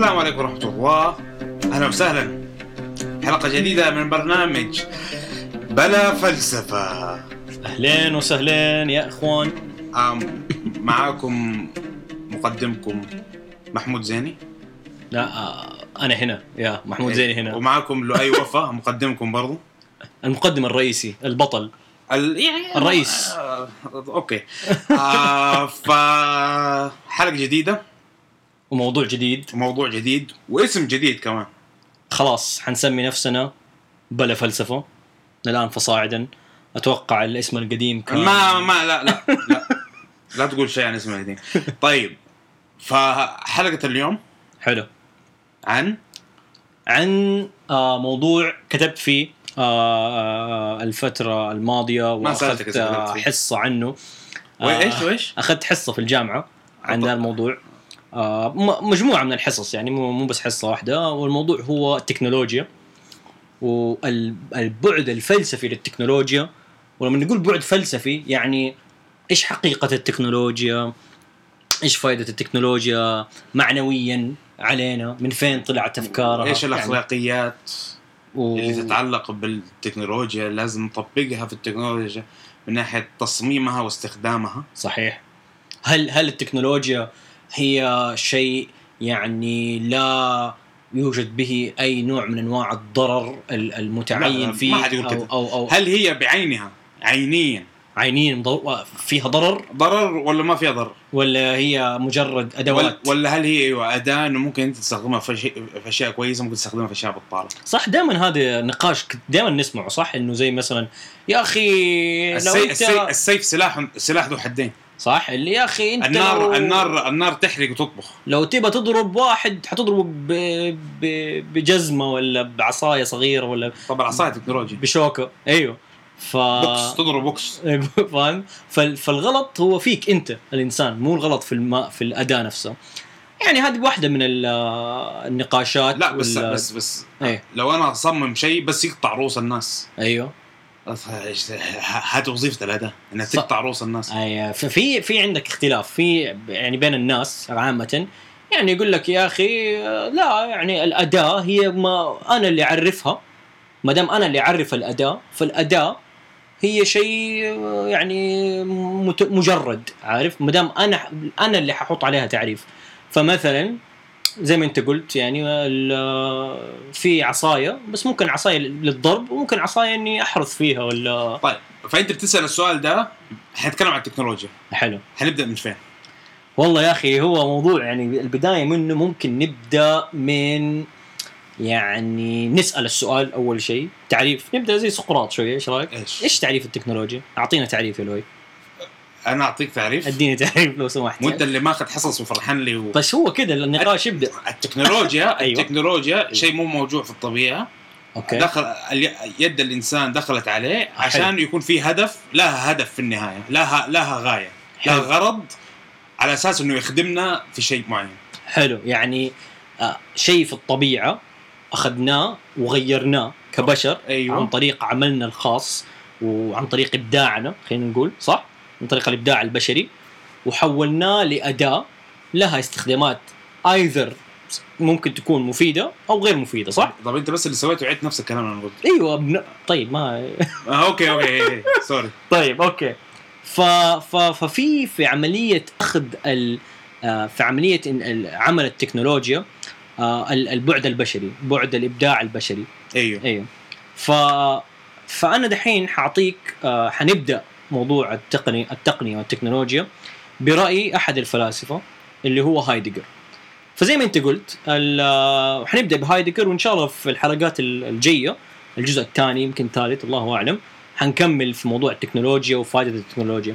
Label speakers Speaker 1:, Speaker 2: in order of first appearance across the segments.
Speaker 1: عليكم ورحمة الله أهلا وسهلا حلقة جديدة من برنامج بلا فلسفة
Speaker 2: اهلين وسهلين يا اخوان
Speaker 1: أم معاكم مقدمكم محمود زيني
Speaker 2: لا آه، انا هنا يا محمود زيني هنا
Speaker 1: ومعاكم لؤي وفا مقدمكم برضو
Speaker 2: المقدم الرئيسي البطل
Speaker 1: ال... يعني
Speaker 2: الرئيس.
Speaker 1: آه... اوكي آه... ف حلقة جديدة
Speaker 2: وموضوع جديد
Speaker 1: وموضوع جديد واسم جديد كمان
Speaker 2: خلاص حنسمي نفسنا بلا فلسفه الان فصاعدا اتوقع الاسم القديم كان
Speaker 1: ما ما لا لا لا لا تقول شيء عن اسم القديم طيب فحلقة اليوم
Speaker 2: حلو
Speaker 1: عن
Speaker 2: عن آه، موضوع كتبت فيه آه، آه، الفتره الماضيه
Speaker 1: ما سألتك
Speaker 2: واخذت
Speaker 1: إذا كتبت
Speaker 2: آه،
Speaker 1: فيه.
Speaker 2: حصه عنه آه،
Speaker 1: وايش وايش؟
Speaker 2: اخذت حصه في الجامعه عن
Speaker 1: أط-
Speaker 2: ذا الموضوع آه، م- مجموعه من الحصص يعني مو مو بس حصه واحده والموضوع هو التكنولوجيا والبعد الفلسفي للتكنولوجيا ولما نقول بعد فلسفي يعني ايش حقيقه التكنولوجيا ايش فائده التكنولوجيا معنويا علينا من فين طلعت يعني، افكارها
Speaker 1: ايش
Speaker 2: يعني
Speaker 1: الاخلاقيات
Speaker 2: و...
Speaker 1: اللي تتعلق بالتكنولوجيا لازم نطبقها في التكنولوجيا من ناحيه تصميمها واستخدامها
Speaker 2: صحيح هل هل التكنولوجيا هي شيء يعني لا يوجد به اي نوع من انواع الضرر ال-
Speaker 1: لا، ما
Speaker 2: المتعين فيه
Speaker 1: حد يقول
Speaker 2: او
Speaker 1: كده.
Speaker 2: او, أو هل
Speaker 1: هل هي بعينها عينيا
Speaker 2: عينين ضر- فيها ضرر
Speaker 1: ضرر ولا ما فيها ضرر؟
Speaker 2: ولا هي مجرد
Speaker 1: ولا,
Speaker 2: ادوات
Speaker 1: ولا هل هي أيوة اداه انه ممكن انت تستخدمها في شيء- في اشياء كويسه ممكن تستخدمها في اشياء بطاله
Speaker 2: صح دائما هذا نقاش دائما نسمعه صح انه زي مثلا يا اخي لو
Speaker 1: السيف, السيف,
Speaker 2: انت
Speaker 1: السيف سلاح سلاح ذو حدين
Speaker 2: صح اللي يا اخي انت لو-
Speaker 1: النار النار النار تحرق وتطبخ
Speaker 2: لو تبى تضرب واحد حتضربه ب... ب... بجزمه ولا بعصايه صغيره ولا
Speaker 1: طبعا عصايه تكنولوجيا
Speaker 2: بشوكه ايوه ف
Speaker 1: بوكس تضرب بوكس
Speaker 2: فاهم فال- فالغلط هو فيك انت الانسان مو الغلط في الماء في الاداه نفسها يعني هذه واحده من ال- النقاشات
Speaker 1: لا بس
Speaker 2: وال-
Speaker 1: بس بس
Speaker 2: ايه
Speaker 1: لو انا اصمم شيء بس يقطع رؤوس الناس
Speaker 2: ايوه
Speaker 1: هذه وظيفه الاداه انها
Speaker 2: صح. آه.
Speaker 1: تقطع رؤوس الناس
Speaker 2: أي- ففي في عندك اختلاف في يعني بين الناس عامه يعني يقول لك يا اخي آه، لا يعني الاداه هي ما انا اللي اعرفها ما دام انا اللي اعرف الاداه فالاداه هي شيء آه، يعني مت- مجرد عارف ما دام انا انا اللي ححط عليها تعريف فمثلا زي ما انت قلت يعني ال- في عصايه بس ممكن عصايه للضرب وممكن عصايه اني احرث فيها ولا
Speaker 1: طيب فانت بتسال السؤال ده حنتكلم عن التكنولوجيا
Speaker 2: حلو
Speaker 1: حنبدا من فين؟
Speaker 2: والله يا اخي هو موضوع يعني البدايه منه ممكن نبدا من يعني نسال السؤال اول شيء تعريف نبدا زي سقراط شويه ايش رايك؟
Speaker 1: ايش؟
Speaker 2: ايش تعريف التكنولوجيا؟ اعطينا تعريف يا لوي
Speaker 1: انا اعطيك تعريف
Speaker 2: اديني تعريف لو سمحت
Speaker 1: وانت
Speaker 2: يعني.
Speaker 1: اللي ماخذ حصص وفرحان لي و...
Speaker 2: بس هو كذا النقاش يبدا
Speaker 1: التكنولوجيا
Speaker 2: طيب. أيوة.
Speaker 1: التكنولوجيا شيء مو موجود في الطبيعه
Speaker 2: اوكي
Speaker 1: دخل ال- يد الانسان دخلت عليه عشان
Speaker 2: حلو.
Speaker 1: يكون في هدف لها هدف في النهايه لها لها غايه لها
Speaker 2: حلو.
Speaker 1: غرض على اساس انه يخدمنا في شيء معين
Speaker 2: حلو يعني آه شيء في الطبيعه اخذناه وغيرناه كبشر عن
Speaker 1: ايوه
Speaker 2: طريق عملنا الخاص وعن طريق ابداعنا خلينا نقول صح؟ عن طريق الابداع البشري وحولناه لاداه لها استخدامات ايذر ممكن تكون مفيده او غير مفيده صح؟
Speaker 1: طب انت بس اللي سويته عيد نفس الكلام اللي انا قلته
Speaker 2: ايوه ابن... طيب ما
Speaker 1: آه، اوكي اوكي إيه، إيه، سوري
Speaker 2: طيب اوكي ف... ف... ففي في عمليه اخذ ال... آه، في عمليه إن- ال- عمل التكنولوجيا آه، ال- البعد البشري بعد الابداع البشري
Speaker 1: ايوه
Speaker 2: ايوه ف فانا دحين حاعطيك آه، حنبدا موضوع التقني التقنيه والتكنولوجيا براي احد الفلاسفه اللي هو هايدجر فزي ما انت قلت ال- آه، حنبدا بهايدجر وان شاء الله في الحلقات ال- الجايه الجزء الثاني يمكن ثالث الله اعلم حنكمل في موضوع التكنولوجيا وفائده التكنولوجيا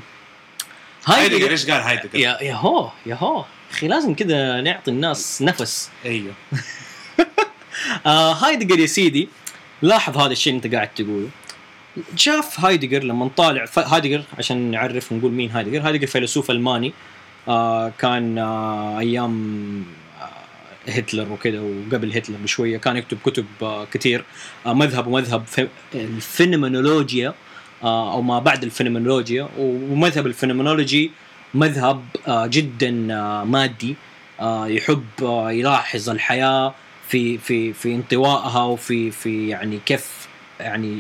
Speaker 1: هايدجر
Speaker 2: هايدجر
Speaker 1: ايش قال هايدجر؟
Speaker 2: يا يا هو يا هو اخي لازم كذا نعطي الناس نفس
Speaker 1: ايوه
Speaker 2: آه هايدجر يا سيدي لاحظ هذا الشيء اللي انت قاعد تقوله شاف هايدجر لما طالع ف- هايدجر عشان نعرف ونقول مين هايدجر هايدجر فيلسوف الماني آه كان آه ايام آه، هتلر وكذا وقبل هتلر بشويه كان يكتب كتب آه كثير آه مذهب ومذهب في- الفينومينولوجيا آه او ما بعد الفينومينولوجيا ومذهب الفينومينولوجي مذهب آه جدا آه مادي آه، يحب آه، يلاحظ الحياه في في في انطوائها وفي في يعني كيف يعني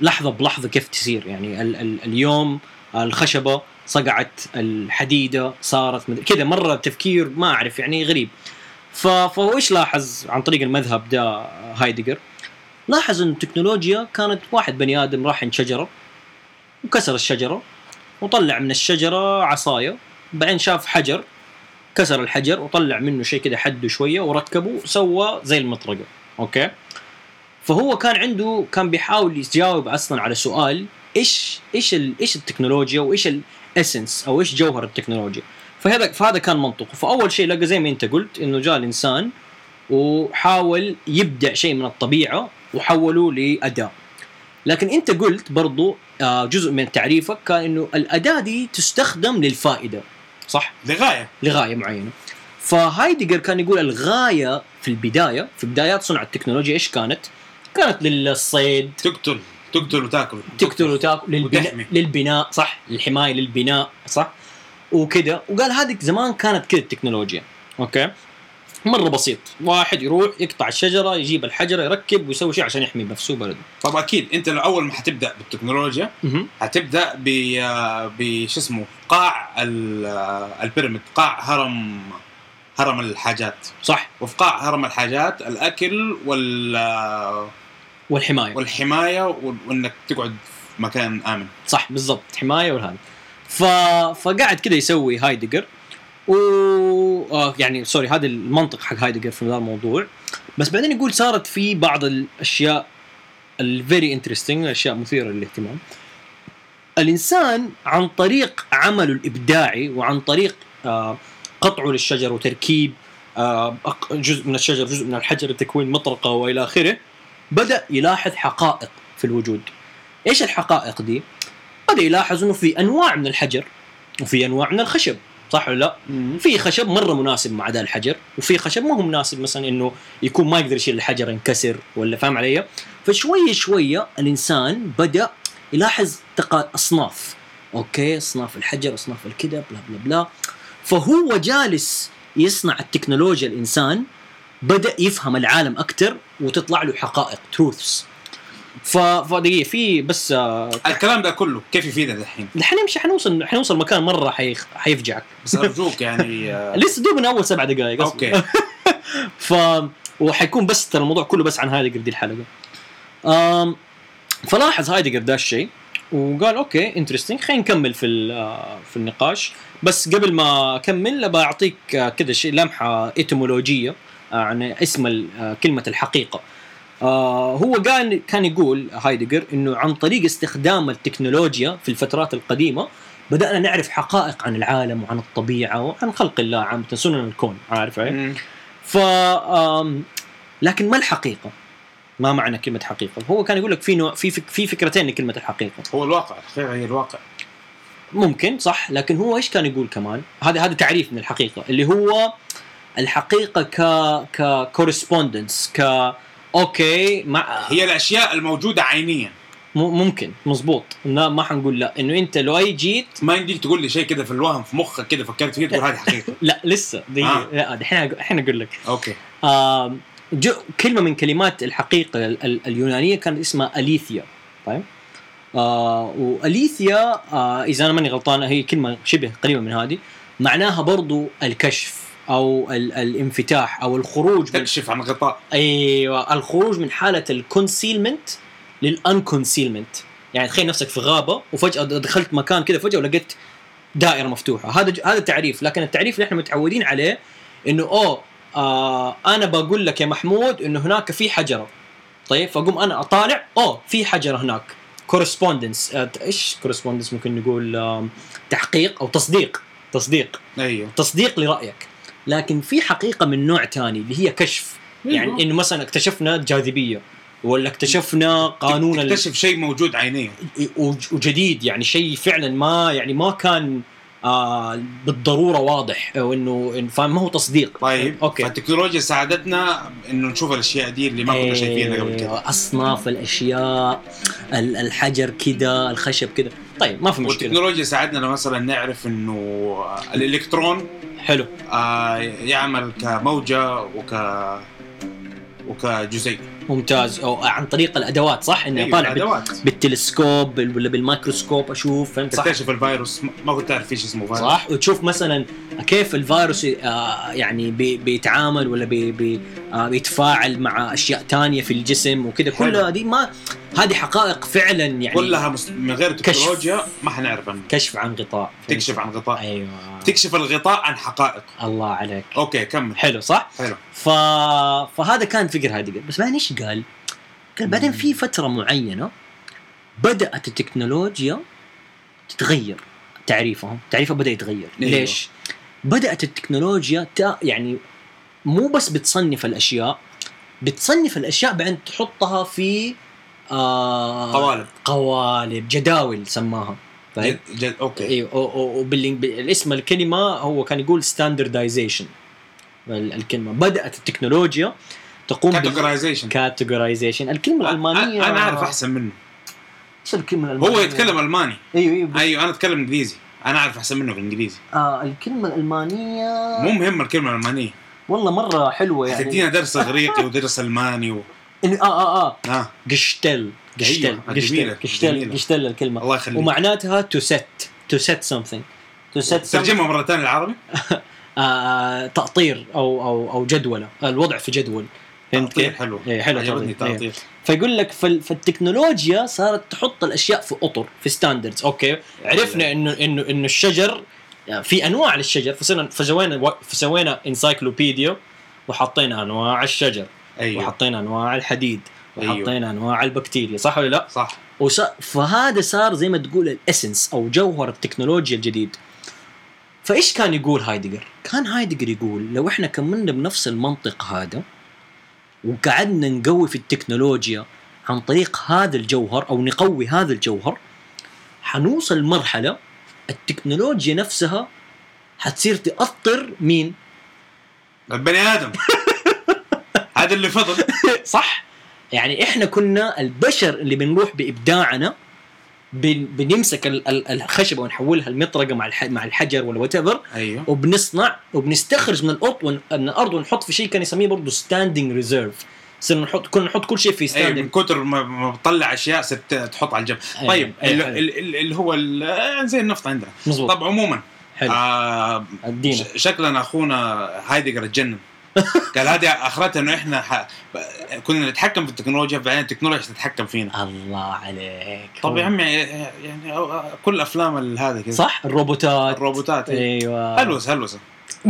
Speaker 2: لحظه بلحظه كيف تصير يعني ال ال اليوم الخشبه صقعت الحديده صارت مد- كذا مره تفكير ما اعرف يعني غريب ف- فهو ايش لاحظ عن طريق المذهب ده آه، هايدجر لاحظ ان التكنولوجيا كانت واحد بني ادم راح عند شجره وكسر الشجره وطلع من الشجره عصايه بعدين شاف حجر كسر الحجر وطلع منه شيء كده حده شويه وركبه سوى زي المطرقه اوكي فهو كان عنده كان بيحاول يجاوب اصلا على سؤال ايش ايش ال- ايش التكنولوجيا وايش الاسنس او ايش جوهر التكنولوجيا فهذا فهذا كان منطقه فاول شيء لقى زي ما انت قلت انه جاء الانسان وحاول يبدع شيء من الطبيعه وحوله لاداه لكن انت قلت برضو آه، جزء من تعريفك كان انه الاداه دي تستخدم للفائده صح
Speaker 1: لغايه
Speaker 2: لغايه معينه فهايدجر كان يقول الغايه في البدايه في بدايات صنع التكنولوجيا ايش كانت كانت للصيد
Speaker 1: تقتل تقتل وتاكل
Speaker 2: تقتل وتاكل
Speaker 1: وتحمي.
Speaker 2: للبناء, للبناء صح للحمايه للبناء صح وكذا وقال هذه زمان كانت كذا التكنولوجيا اوكي مره بسيط واحد يروح يقطع الشجره يجيب الحجره يركب ويسوي شيء عشان يحمي نفسه وبلده
Speaker 1: طب اكيد انت لو اول ما حتبدا بالتكنولوجيا
Speaker 2: مهم.
Speaker 1: حتبدا ب ب شو اسمه قاع ال- البيراميد قاع هرم هرم الحاجات
Speaker 2: صح
Speaker 1: وفي قاع هرم الحاجات الاكل وال
Speaker 2: والحمايه
Speaker 1: والحمايه وال- وانك تقعد في مكان امن
Speaker 2: صح بالضبط حمايه والهذا ف... فقعد كذا يسوي هايدجر و آه يعني سوري هذا المنطق حق هايدجر في هذا الموضوع بس بعدين يقول صارت في بعض الاشياء الفيري انترستنج اشياء مثيره للاهتمام الانسان عن طريق عمله الابداعي وعن طريق آه قطعه للشجر وتركيب آه أق- جزء من الشجر جزء من الحجر لتكوين مطرقه والى اخره بدا يلاحظ حقائق في الوجود ايش الحقائق دي؟ بدا يلاحظ انه في انواع من الحجر وفي انواع من الخشب صح ولا لا؟ في خشب مره مناسب مع ذا الحجر وفي خشب ما هو مناسب مثلا انه يكون ما يقدر يشيل الحجر ينكسر ولا فاهم علي؟ فشويه شويه الانسان بدا يلاحظ تقا اصناف اوكي اصناف الحجر اصناف الكذا بلا بلا بلا فهو جالس يصنع التكنولوجيا الانسان بدا يفهم العالم اكثر وتطلع له حقائق تروثس ف... فدقيقه في بس آه،
Speaker 1: الكلام ده كله كيف يفيدنا الحين؟
Speaker 2: دحين نمشي حنوصل حنوصل مكان مره حيخ... حيفجعك
Speaker 1: بس ارجوك يعني آه،
Speaker 2: لسه دوبنا اول سبع دقائق أصلاً.
Speaker 1: اوكي
Speaker 2: ف وحيكون بس ترى الموضوع كله بس عن هايدجر دي الحلقه أم... فلاحظ هايدجر ده الشيء وقال اوكي انترستنج خلينا نكمل في ال- آه، في النقاش بس قبل ما اكمل ابى اعطيك آه، كذا شيء لمحه ايتمولوجيه آه، عن اسم ال- آه، كلمه الحقيقه آه، هو كان كان يقول هايدجر انه عن طريق استخدام التكنولوجيا في الفترات القديمه بدانا نعرف حقائق عن العالم وعن الطبيعه وعن خلق الله عامه سنن الكون عارف إيه؟
Speaker 1: مم.
Speaker 2: ف آم، لكن ما الحقيقه؟ ما معنى كلمه حقيقه؟ هو كان يقول لك في نوع في فك في فكرتين لكلمه الحقيقه،
Speaker 1: هو الواقع الحقيقه هي الواقع
Speaker 2: ممكن صح لكن هو ايش كان يقول كمان؟ هذا هذا تعريف من الحقيقه اللي هو الحقيقه ك ك كورسبوندنس ك اوكي مع
Speaker 1: هي الاشياء الموجوده عينيا
Speaker 2: م- ممكن مزبوط لا ما حنقول لا انه انت لو اي جيت
Speaker 1: ما يمديك تقول لي شيء كده في الوهم في مخك كده فكرت فيه تقول هذه حقيقه
Speaker 2: لا لسه
Speaker 1: آه.
Speaker 2: دقيقه لا دحين أق- دحين اقول لك
Speaker 1: اوكي
Speaker 2: آم، جو كلمة من كلمات الحقيقة ال- ال- اليونانية كانت اسمها أليثيا طيب آه وأليثيا آه إذا أنا ماني غلطان هي كلمة شبه قريبة من هذه معناها برضو الكشف أو ال- الانفتاح أو الخروج من
Speaker 1: تكشف عن غطاء
Speaker 2: أيوة الخروج من حالة الكونسيلمنت للأنكونسيلمنت يعني تخيل نفسك في غابة وفجأة د- دخلت مكان كذا فجأة ولقيت دائرة مفتوحة هذا ج- هذا تعريف لكن التعريف اللي احنا متعودين عليه انه اوه آه انا بقول لك يا محمود انه هناك في حجره طيب فاقوم انا اطالع اوه في حجره هناك كورسبوندنس ايش كورسبوندنس ممكن نقول آم، تحقيق او تصديق تصديق
Speaker 1: ايوه
Speaker 2: تصديق لرايك لكن في حقيقه من نوع ثاني اللي هي كشف يعني انه مثلا اكتشفنا الجاذبيه ولا اكتشفنا قانون ال- إيه،
Speaker 1: تكتشف شيء موجود عينيا
Speaker 2: وج- وجديد يعني شيء فعلا ما يعني ما كان آه بالضروره واضح او انه إن- فاهم ما هو تصديق
Speaker 1: طيب
Speaker 2: أوكي.
Speaker 1: فالتكنولوجيا ساعدتنا انه نشوف الاشياء دي اللي ما كنا شايفينها قبل كده
Speaker 2: أيوة، اصناف الاشياء ال- الحجر كده الخشب كده طيب ما في مشكله
Speaker 1: والتكنولوجيا ساعدنا مثلا نعرف انه الالكترون
Speaker 2: حلو
Speaker 1: آه، يعمل كموجه وك وكجزيء
Speaker 2: ممتاز او عن طريق الادوات صح اني
Speaker 1: أيوة،
Speaker 2: اطالع بال-
Speaker 1: ادوات
Speaker 2: بالتلسكوب بال- ولا بالميكروسكوب اشوف فهمت صح
Speaker 1: تكتشف الفيروس ما- ما كنت تعرف ايش اسمه فيروس
Speaker 2: صح وتشوف مثلا كيف الفيروس آه، يعني بي- بيتعامل ولا بي بي آه، بيتفاعل مع اشياء تانية في الجسم وكذا
Speaker 1: حلو.
Speaker 2: كلها دي ما هذه حقائق فعلا يعني
Speaker 1: كلها مس- من غير تكنولوجيا ما حنعرف عنه
Speaker 2: كشف عن غطاء
Speaker 1: تكشف عن غطاء
Speaker 2: ايوه
Speaker 1: تكشف الغطاء عن حقائق
Speaker 2: الله عليك
Speaker 1: اوكي كمل
Speaker 2: حلو صح؟
Speaker 1: حلو
Speaker 2: ف... فهذا كان فكر هايدجر بس بعدين ايش قال؟ قال بعدين في فتره معينه بدات التكنولوجيا تتغير تعريفهم تعريفها بدا يتغير
Speaker 1: أيوه.
Speaker 2: ليش بدات التكنولوجيا تا يعني مو بس بتصنف الاشياء بتصنف الاشياء بعدين تحطها في آه
Speaker 1: قوالب
Speaker 2: قوالب جداول سماها طيب
Speaker 1: جد جد اوكي
Speaker 2: ايوه وبالاسم الكلمه هو كان يقول ستاندردايزيشن الكلمه بدات التكنولوجيا تقوم
Speaker 1: كاتيجورايزيشن
Speaker 2: كاتيجورايزيشن الكلمه الالمانيه
Speaker 1: انا اعرف احسن منه
Speaker 2: ايش الكلمه الالمانيه
Speaker 1: هو يتكلم الماني
Speaker 2: ايوه ايوه بس-
Speaker 1: ايوه انا اتكلم انجليزي انا اعرف احسن منه بالانجليزي
Speaker 2: آه الكلمه الالمانيه
Speaker 1: مو مهم الكلمه الالمانيه
Speaker 2: والله مره حلوه يعني
Speaker 1: تدينا درس اغريقي ودرس الماني و...
Speaker 2: إن- اه اه اه
Speaker 1: ها
Speaker 2: جشتل جشتل
Speaker 1: أيوة، جميلة،
Speaker 2: جشتل جشتل
Speaker 1: جميلة.
Speaker 2: جشتل الكلمه
Speaker 1: الله يخليك
Speaker 2: ومعناتها تو سيت تو سيت سمثينج تو سيت
Speaker 1: ترجمها مره ثانيه العربي
Speaker 2: آه تأطير او او او جدوله الوضع في جدول فهمت
Speaker 1: تعطيل
Speaker 2: كيف؟
Speaker 1: حلو
Speaker 2: إيه، حلو
Speaker 1: عجبتني
Speaker 2: تعطيل. إيه.
Speaker 1: تعطيل
Speaker 2: فيقول لك فال- فالتكنولوجيا صارت تحط الاشياء في اطر في ستاندردز اوكي عرفنا انه انه انه الشجر يعني في انواع للشجر فصرنا فسوينا فسوينا انسايكلوبيديا وحطينا انواع الشجر
Speaker 1: ايوه
Speaker 2: وحطينا انواع الحديد
Speaker 1: أيوه.
Speaker 2: وحطينا انواع البكتيريا صح ولا لا؟
Speaker 1: صح
Speaker 2: وص... فهذا صار زي ما تقول الاسنس او جوهر التكنولوجيا الجديد فايش كان يقول هايدجر؟ كان هايدجر يقول لو احنا كملنا بنفس المنطق هذا وقعدنا نقوي في التكنولوجيا عن طريق هذا الجوهر او نقوي هذا الجوهر حنوصل لمرحله التكنولوجيا نفسها حتصير تأطر مين؟
Speaker 1: البني ادم هذا اللي فضل
Speaker 2: صح يعني احنا كنا البشر اللي بنروح بابداعنا بن بنمسك ال- ال- الخشبه ونحولها المطرقه مع الح- مع الحجر ولا وات ايفر
Speaker 1: ايوه
Speaker 2: وبنصنع وبنستخرج من الارض ون- من الارض ونحط في شيء كان يسميه برضه ستاندنج ريزيرف صرنا نحط كنا نحط كل شيء في
Speaker 1: ايوه من
Speaker 2: ستاندنج
Speaker 1: كثر ما- ما بطلع اشياء صرت تحط على الجنب
Speaker 2: أيوة. إيه.
Speaker 1: طيب ال- ال- ال- اللي هو ال- آه، زي النفط عندنا
Speaker 2: مضبوط
Speaker 1: طب عموما
Speaker 2: حلو
Speaker 1: آه،
Speaker 2: ادينا
Speaker 1: ش- شكلنا اخونا هايدجر اتجنن قال هذه اخرتها انه احنا ح... كنا نتحكم في التكنولوجيا بعدين التكنولوجيا تتحكم فينا
Speaker 2: الله عليك
Speaker 1: طب يا عمي يعني كل افلام هذا كذا
Speaker 2: صح الروبوتات
Speaker 1: الروبوتات إيه.
Speaker 2: ايوه
Speaker 1: هلوسه هلوسه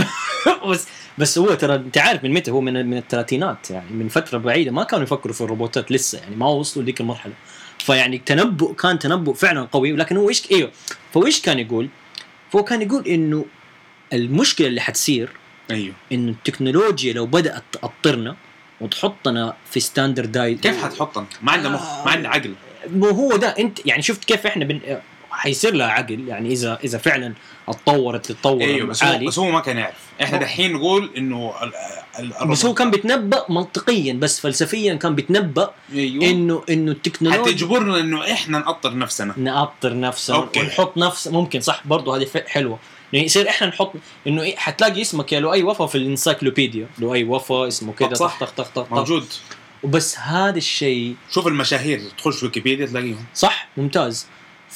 Speaker 2: بس بس هو ترى انت عارف من متى هو من من الثلاثينات يعني من فتره بعيده ما كانوا يفكروا في الروبوتات لسه يعني ما وصلوا لذيك المرحله فيعني تنبؤ كان تنبؤ فعلا قوي ولكن هو ايش ايوه فهو ايش كان يقول؟ فهو كان يقول انه المشكله اللي حتصير
Speaker 1: ايوه
Speaker 2: انه التكنولوجيا لو بدات تاطرنا وتحطنا في ستاندردايز
Speaker 1: كيف حتحطنا؟ ما عندنا مخ ما عندنا عقل
Speaker 2: مو هو ده انت يعني شفت كيف احنا بن... حيصير لها عقل يعني اذا اذا فعلا اتطورت تتطور
Speaker 1: ايوه بس هو,
Speaker 2: عالي
Speaker 1: بس هو ما كان يعرف احنا
Speaker 2: هو-
Speaker 1: دحين نقول انه ال- ال- الروبوت-
Speaker 2: بس هو كان بيتنبأ منطقيا بس فلسفيا كان بيتنبأ
Speaker 1: ايوه
Speaker 2: انه انه
Speaker 1: حتى
Speaker 2: التكنولوجيا
Speaker 1: يجبرنا انه احنا نقطر نفسنا
Speaker 2: نأطر نفسه
Speaker 1: أوكي.
Speaker 2: ونحط نفس ممكن صح برضه هذه ف- حلوه يعني يصير احنا نحط انه إيه حتلاقي اسمك يا لؤي وفا في الانسايكلوبيديا لؤي وفا اسمه كذا
Speaker 1: طب صح.
Speaker 2: طخ طخ طخ طخ طخ
Speaker 1: موجود
Speaker 2: وبس هذا الشيء
Speaker 1: شوف المشاهير تخش ويكيبيديا تلاقيهم
Speaker 2: صح ممتاز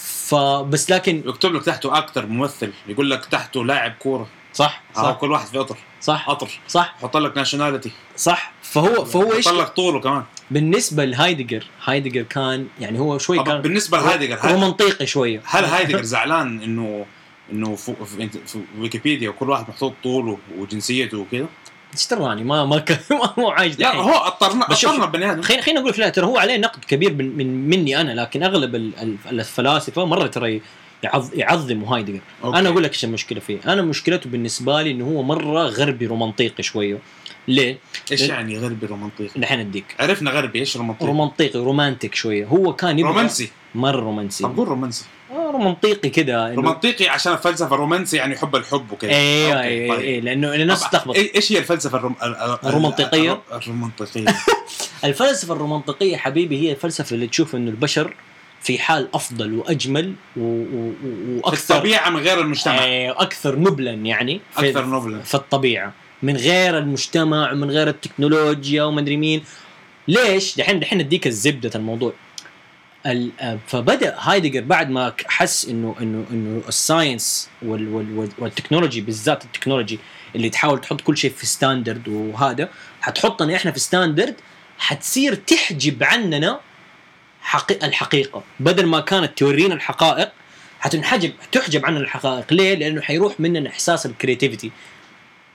Speaker 2: فبس لكن
Speaker 1: يكتب لك تحته اكتر ممثل يقول لك تحته لاعب كوره
Speaker 2: صح
Speaker 1: صح
Speaker 2: صح
Speaker 1: كل واحد في قطر
Speaker 2: صح
Speaker 1: قطر
Speaker 2: صح
Speaker 1: حط لك ناشوناليتي
Speaker 2: صح فهو فهو ايش
Speaker 1: حط لك طوله كمان
Speaker 2: بالنسبه لهايدجر هايدجر كان يعني هو شوي
Speaker 1: طب
Speaker 2: كان
Speaker 1: بالنسبه لهايدجر
Speaker 2: هو
Speaker 1: هل,
Speaker 2: منطقي شويه
Speaker 1: هل هايدجر زعلان انه انه في, في, في ويكيبيديا كل واحد محطوط طوله وجنسيته وكذا
Speaker 2: ايش تراني ما ما كان ما هو عايش
Speaker 1: لا
Speaker 2: دحين.
Speaker 1: هو اضطرنا
Speaker 2: بس شوف-
Speaker 1: اضطرنا بني ادم
Speaker 2: خلينا خلينا اقول لك لا ترى هو عليه نقد كبير من, من مني انا لكن اغلب ال- ال- الفلاسفه مره ترى يعظ يعظموا هايدجر
Speaker 1: أوكي.
Speaker 2: انا اقول لك ايش المشكله فيه انا مشكلته بالنسبه لي انه هو مره غربي رومنطيقي شويه ليه
Speaker 1: ايش يعني غربي رومنطيقي
Speaker 2: دحين اديك
Speaker 1: عرفنا غربي ايش رومنطيقي
Speaker 2: رومنطيقي رومانتيك شويه هو كان يبغى
Speaker 1: رومانسي
Speaker 2: مره رومانسي
Speaker 1: طب قول رومانسي
Speaker 2: آه، رومنطيقي كذا إنه-
Speaker 1: رومنطيقي عشان الفلسفه الرومانسي يعني حب الحب وكذا
Speaker 2: ايوه
Speaker 1: أوكي،
Speaker 2: ايوه
Speaker 1: طيب.
Speaker 2: ايوه لانه الناس
Speaker 1: طبعاً.
Speaker 2: تلخبط
Speaker 1: إي- ايش هي الفلسفه الروم... ال- ال-
Speaker 2: الرومنطيقية؟
Speaker 1: الر- الرومنطيقيه
Speaker 2: الفلسفه الرومنطقيه حبيبي هي الفلسفه اللي تشوف انه البشر في حال افضل واجمل و... و... و...
Speaker 1: في
Speaker 2: واكثر
Speaker 1: الطبيعه من غير المجتمع
Speaker 2: أيوة، اكثر نبلا يعني في...
Speaker 1: اكثر نوبلا
Speaker 2: في الطبيعه من غير المجتمع ومن غير التكنولوجيا ومدري مين ليش دحين دحين اديك الزبده الموضوع ال- آه، فبدا هايدجر بعد ما ك- حس انه انه انه الساينس وال وال وال- والتكنولوجي بالذات التكنولوجي اللي تحاول تحط كل شيء في ستاندرد وهذا حتحطنا احنا في ستاندرد حتصير تحجب عننا حقي الحقيقه بدل ما كانت تورينا الحقائق حتنحجب تحجب عنا الحقائق ليه؟ لانه حيروح مننا احساس الكريتيفيتي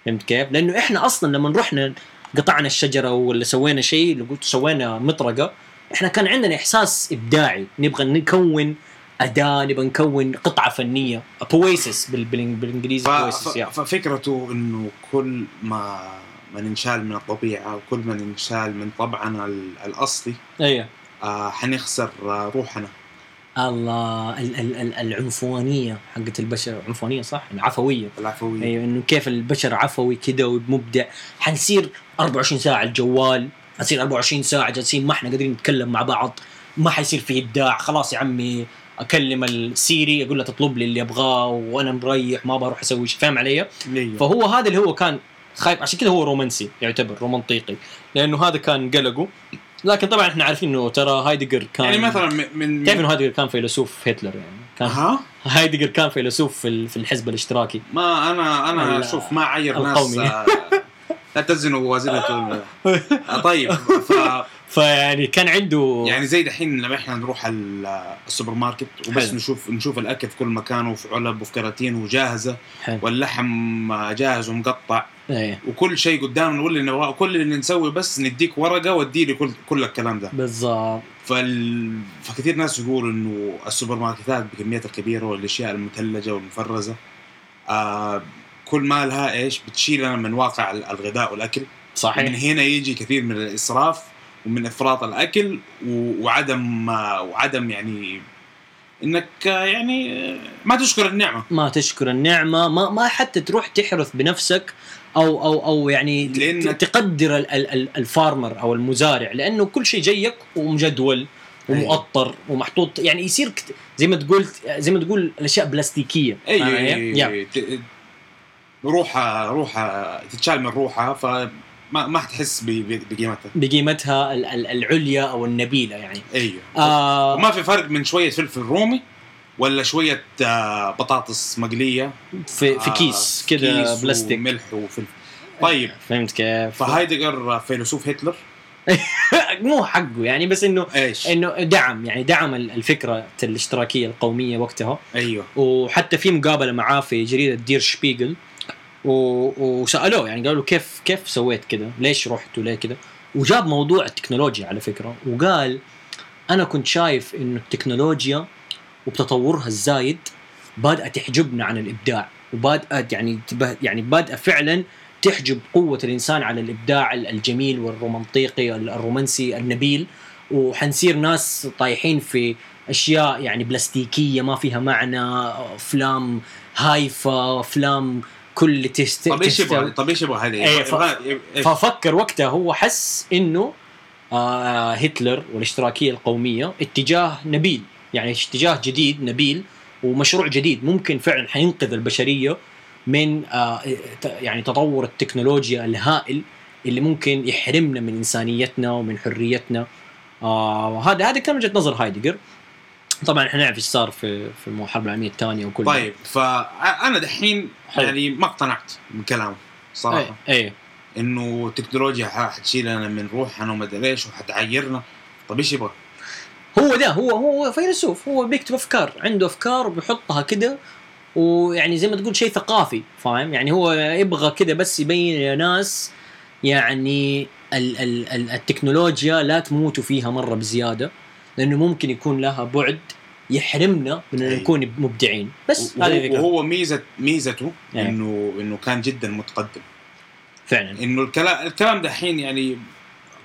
Speaker 2: فهمت كيف؟ لانه احنا اصلا لما رحنا قطعنا الشجره ولا سوينا شيء اللي قلت سوينا مطرقه احنا كان عندنا احساس ابداعي نبغى نكون اداه نبغى نكون قطعه فنيه بويسس بالانجليزي
Speaker 1: ف...
Speaker 2: بويسس
Speaker 1: ف...
Speaker 2: يعني
Speaker 1: ففكرته انه كل ما ما ننشال من الطبيعه وكل ما ننشال من طبعنا ال- الاصلي
Speaker 2: ايوه
Speaker 1: آه حنخسر آه، روحنا
Speaker 2: الله ال- ال- ال- العنفوانيه حقت البشر عنفوانيه صح؟ العفويه
Speaker 1: العفويه
Speaker 2: ايوه انه كيف البشر عفوي كده ومبدع حنصير 24 ساعه على الجوال حنصير 24 ساعه جالسين ما احنا قادرين نتكلم مع بعض ما حيصير في ابداع خلاص يا عمي اكلم السيري اقول له تطلب لي اللي ابغاه وانا مريح ما بروح اسوي شيء فاهم علي؟
Speaker 1: أيوه.
Speaker 2: فهو هذا اللي هو كان خايف عشان كذا هو رومانسي يعتبر رومنطيقي لانه هذا كان قلقه لكن طبعا احنا عارفين انه ترى هايدجر كان
Speaker 1: يعني مثلا من- من
Speaker 2: تعرف انه هايدجر كان فيلسوف هتلر يعني كان
Speaker 1: ها
Speaker 2: هايدجر كان فيلسوف في ال- في الحزب الاشتراكي
Speaker 1: ما انا انا
Speaker 2: ال-
Speaker 1: شوف ما اعير ناس
Speaker 2: القومي.
Speaker 1: آه، لا تزنوا وازنة آه، طيب ف
Speaker 2: فيعني كان عنده
Speaker 1: يعني زي دحين لما احنا نروح ال- السوبر ماركت وبس
Speaker 2: حلو.
Speaker 1: نشوف نشوف الاكل في كل مكان وفي علب وفي كراتين وجاهزه
Speaker 2: حلو.
Speaker 1: واللحم جاهز ومقطع
Speaker 2: ايه
Speaker 1: وكل شيء قدامنا واللي نبغاه كل اللي نسوي بس نديك ورقه واديلي كل كل الكلام ده
Speaker 2: بالضبط
Speaker 1: فال... فكثير ناس يقولوا انه السوبر ماركتات بكمياتها الكبيره والاشياء المثلجه والمفرزه آه كل ما لها ايش بتشيلنا من واقع ال- الغذاء والاكل يعني من
Speaker 2: صحيح
Speaker 1: هنا يجي كثير من الاسراف ومن افراط الاكل و- وعدم وعدم يعني انك يعني ما تشكر النعمه
Speaker 2: ما تشكر النعمه ما ما حتى تروح تحرث بنفسك او او او يعني ت-
Speaker 1: لأنك-
Speaker 2: تقدر ال- ال- ال- الفارمر او المزارع لانه كل شيء جايك ومجدول
Speaker 1: إيه.
Speaker 2: ومؤطر ومحطوط يعني يصير كت- زي ما تقول زي ما تقول الاشياء بلاستيكيه
Speaker 1: اي
Speaker 2: فاهم علي؟ يا.
Speaker 1: أيوة. ت- روحها روحها تتشال من روحها فما ما حتحس ب- ب- بقيمتها
Speaker 2: بقيمتها ال- ال- العليا او النبيله يعني
Speaker 1: ايوه
Speaker 2: آه
Speaker 1: وما في فرق من شويه فلفل رومي ولا شويه آه، بطاطس مقليه
Speaker 2: في, في
Speaker 1: آه،
Speaker 2: كيس
Speaker 1: في
Speaker 2: كذا
Speaker 1: كيس
Speaker 2: بلاستيك
Speaker 1: وملح وفلفل طيب
Speaker 2: فهمت كيف؟
Speaker 1: فهايدجر فيلسوف هتلر
Speaker 2: مو حقه يعني بس انه
Speaker 1: ايش؟
Speaker 2: انه دعم يعني دعم ال- الفكره الاشتراكيه القوميه وقتها
Speaker 1: ايوه
Speaker 2: وحتى في مقابله معاه في جريده دير شبيجل و- وسالوه يعني قالوا له كيف كيف سويت كذا؟ ليش رحت وليه كذا؟ وجاب موضوع التكنولوجيا على فكره وقال انا كنت شايف انه التكنولوجيا وبتطورها الزايد بادئه تحجبنا عن الابداع وبادئه يعني تبه- يعني بادئه فعلا تحجب قوه الانسان على الابداع ال- الجميل والرومنطيقي ال- الرومانسي النبيل وحنصير ناس طايحين في اشياء يعني بلاستيكيه ما فيها معنى افلام هايفه افلام كل تست
Speaker 1: طب ايش
Speaker 2: تست-
Speaker 1: يبغى طب ايش يبغى هذا؟
Speaker 2: إيه، ف-
Speaker 1: يبغى- إيش؟
Speaker 2: ففكر وقتها هو حس انه آه هتلر والاشتراكيه القوميه اتجاه نبيل يعني اتجاه جديد نبيل ومشروع جديد ممكن فعلا حينقذ البشريه من آه ت- يعني تطور التكنولوجيا الهائل اللي ممكن يحرمنا من انسانيتنا ومن حريتنا آه هذا هذا كان وجهه نظر هايدجر طبعا احنا نعرف ايش صار في في الحرب العالميه الثانيه وكل
Speaker 1: طيب فانا دحين
Speaker 2: حلو.
Speaker 1: يعني ما اقتنعت من كلامه
Speaker 2: ايه
Speaker 1: صراحه
Speaker 2: ايه
Speaker 1: انه التكنولوجيا ح- حتشيلنا من روحنا وما ادري ايش وحتعيرنا طب ايش يبغى؟
Speaker 2: هو ده هو هو فيلسوف هو بيكتب افكار عنده افكار وبيحطها كده ويعني زي ما تقول شيء ثقافي فاهم يعني هو يبغى كده بس يبين لناس يعني ال ال ال التكنولوجيا لا تموتوا فيها مره بزياده لانه ممكن يكون لها بعد يحرمنا من ان
Speaker 1: أيوه.
Speaker 2: نكون مبدعين بس هذه
Speaker 1: وهو,
Speaker 2: الفكره
Speaker 1: وهو ميزه ميزته
Speaker 2: إيه.
Speaker 1: انه انه كان جدا متقدم
Speaker 2: فعلا
Speaker 1: انه الكلام الكلام دحين يعني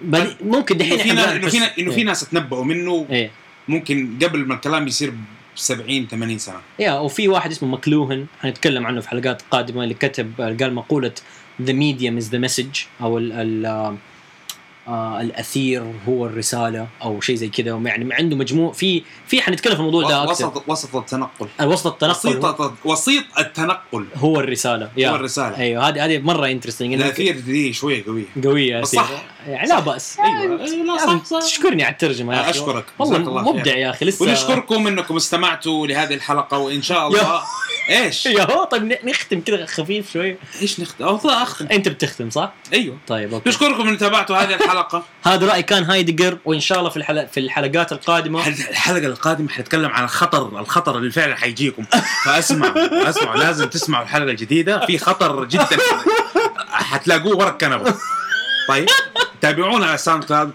Speaker 2: بعد- ممكن
Speaker 1: انه
Speaker 2: دحين
Speaker 1: في
Speaker 2: إحنا
Speaker 1: ناس
Speaker 2: بنعرف
Speaker 1: انه في
Speaker 2: بس-
Speaker 1: ناس- انه في
Speaker 2: إيه.
Speaker 1: ناس تنبؤوا منه
Speaker 2: إيه.
Speaker 1: ممكن قبل ما الكلام يصير 70 80 سنه
Speaker 2: يا وفي واحد اسمه مكلوهن حنتكلم عنه في حلقات قادمه اللي كتب قال مقوله ذا ميديوم از ذا مسج او ال ال آه الاثير هو الرساله او شيء زي كذا يعني عنده مجموع في في حنتكلم في الموضوع ده اكثر
Speaker 1: وسط وسط التنقل
Speaker 2: وسط التنقل هو-
Speaker 1: وسيط وسيط التنقل
Speaker 2: هو الرساله
Speaker 1: هو
Speaker 2: يا
Speaker 1: الرساله
Speaker 2: ايوه هذه هذه مره انترستنج
Speaker 1: الاثير دي شويه قويه
Speaker 2: قويه
Speaker 1: بس
Speaker 2: الأثير.
Speaker 1: صح.
Speaker 2: يعني لا باس
Speaker 1: أيوة.
Speaker 2: يعني
Speaker 1: أيوة، لا،
Speaker 2: لازم
Speaker 1: صح، صح.
Speaker 2: تشكرني على الترجمه يا اخي
Speaker 1: اشكرك جزاك
Speaker 2: والله
Speaker 1: الله خير.
Speaker 2: مبدع يا اخي لسه
Speaker 1: ونشكركم انكم استمعتوا لهذه الحلقه وان شاء الله ايش؟
Speaker 2: يا هو طيب ن- نختم كذا خفيف شوي
Speaker 1: ايش نختم؟ والله اختم
Speaker 2: انت بتختم صح؟
Speaker 1: ايوه
Speaker 2: طيب اوكي
Speaker 1: نشكركم ان تابعتوا هذه الحلقه
Speaker 2: هذا رايي كان هايدجر وان شاء الله في الحل... في الحلقات القادمه
Speaker 1: الحل- الحلقه القادمه حنتكلم عن الخطر الخطر اللي فعلا حيجيكم فاسمعوا اسمعوا لازم تسمعوا الحلقه الجديده في خطر جدا حتلاقوه ورا الكنبه طيب تابعونا على ساوند كلاود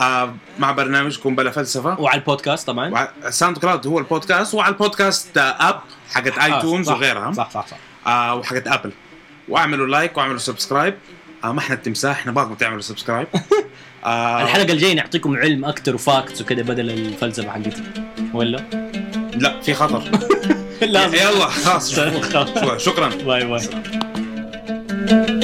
Speaker 1: آه مع برنامجكم بلا فلسفه
Speaker 2: وعلى البودكاست طبعا
Speaker 1: وع- ساوند كلاود هو البودكاست وعلى البودكاست آه، اب حقت اي تونز
Speaker 2: آه، صح،
Speaker 1: وغيرها
Speaker 2: صح صح صح
Speaker 1: آه وحقت ابل واعملوا لايك واعملوا سبسكرايب آه ما احنا التمساح احنا باغي تعملوا سبسكرايب آه
Speaker 2: الحلقه الجايه نعطيكم علم اكثر وفاكتس وكذا بدل الفلسفه حقتنا ولا؟
Speaker 1: لا في خطر
Speaker 2: لازم
Speaker 1: يلا خلاص شكراً.
Speaker 2: خلاص.
Speaker 1: شكرا
Speaker 2: باي باي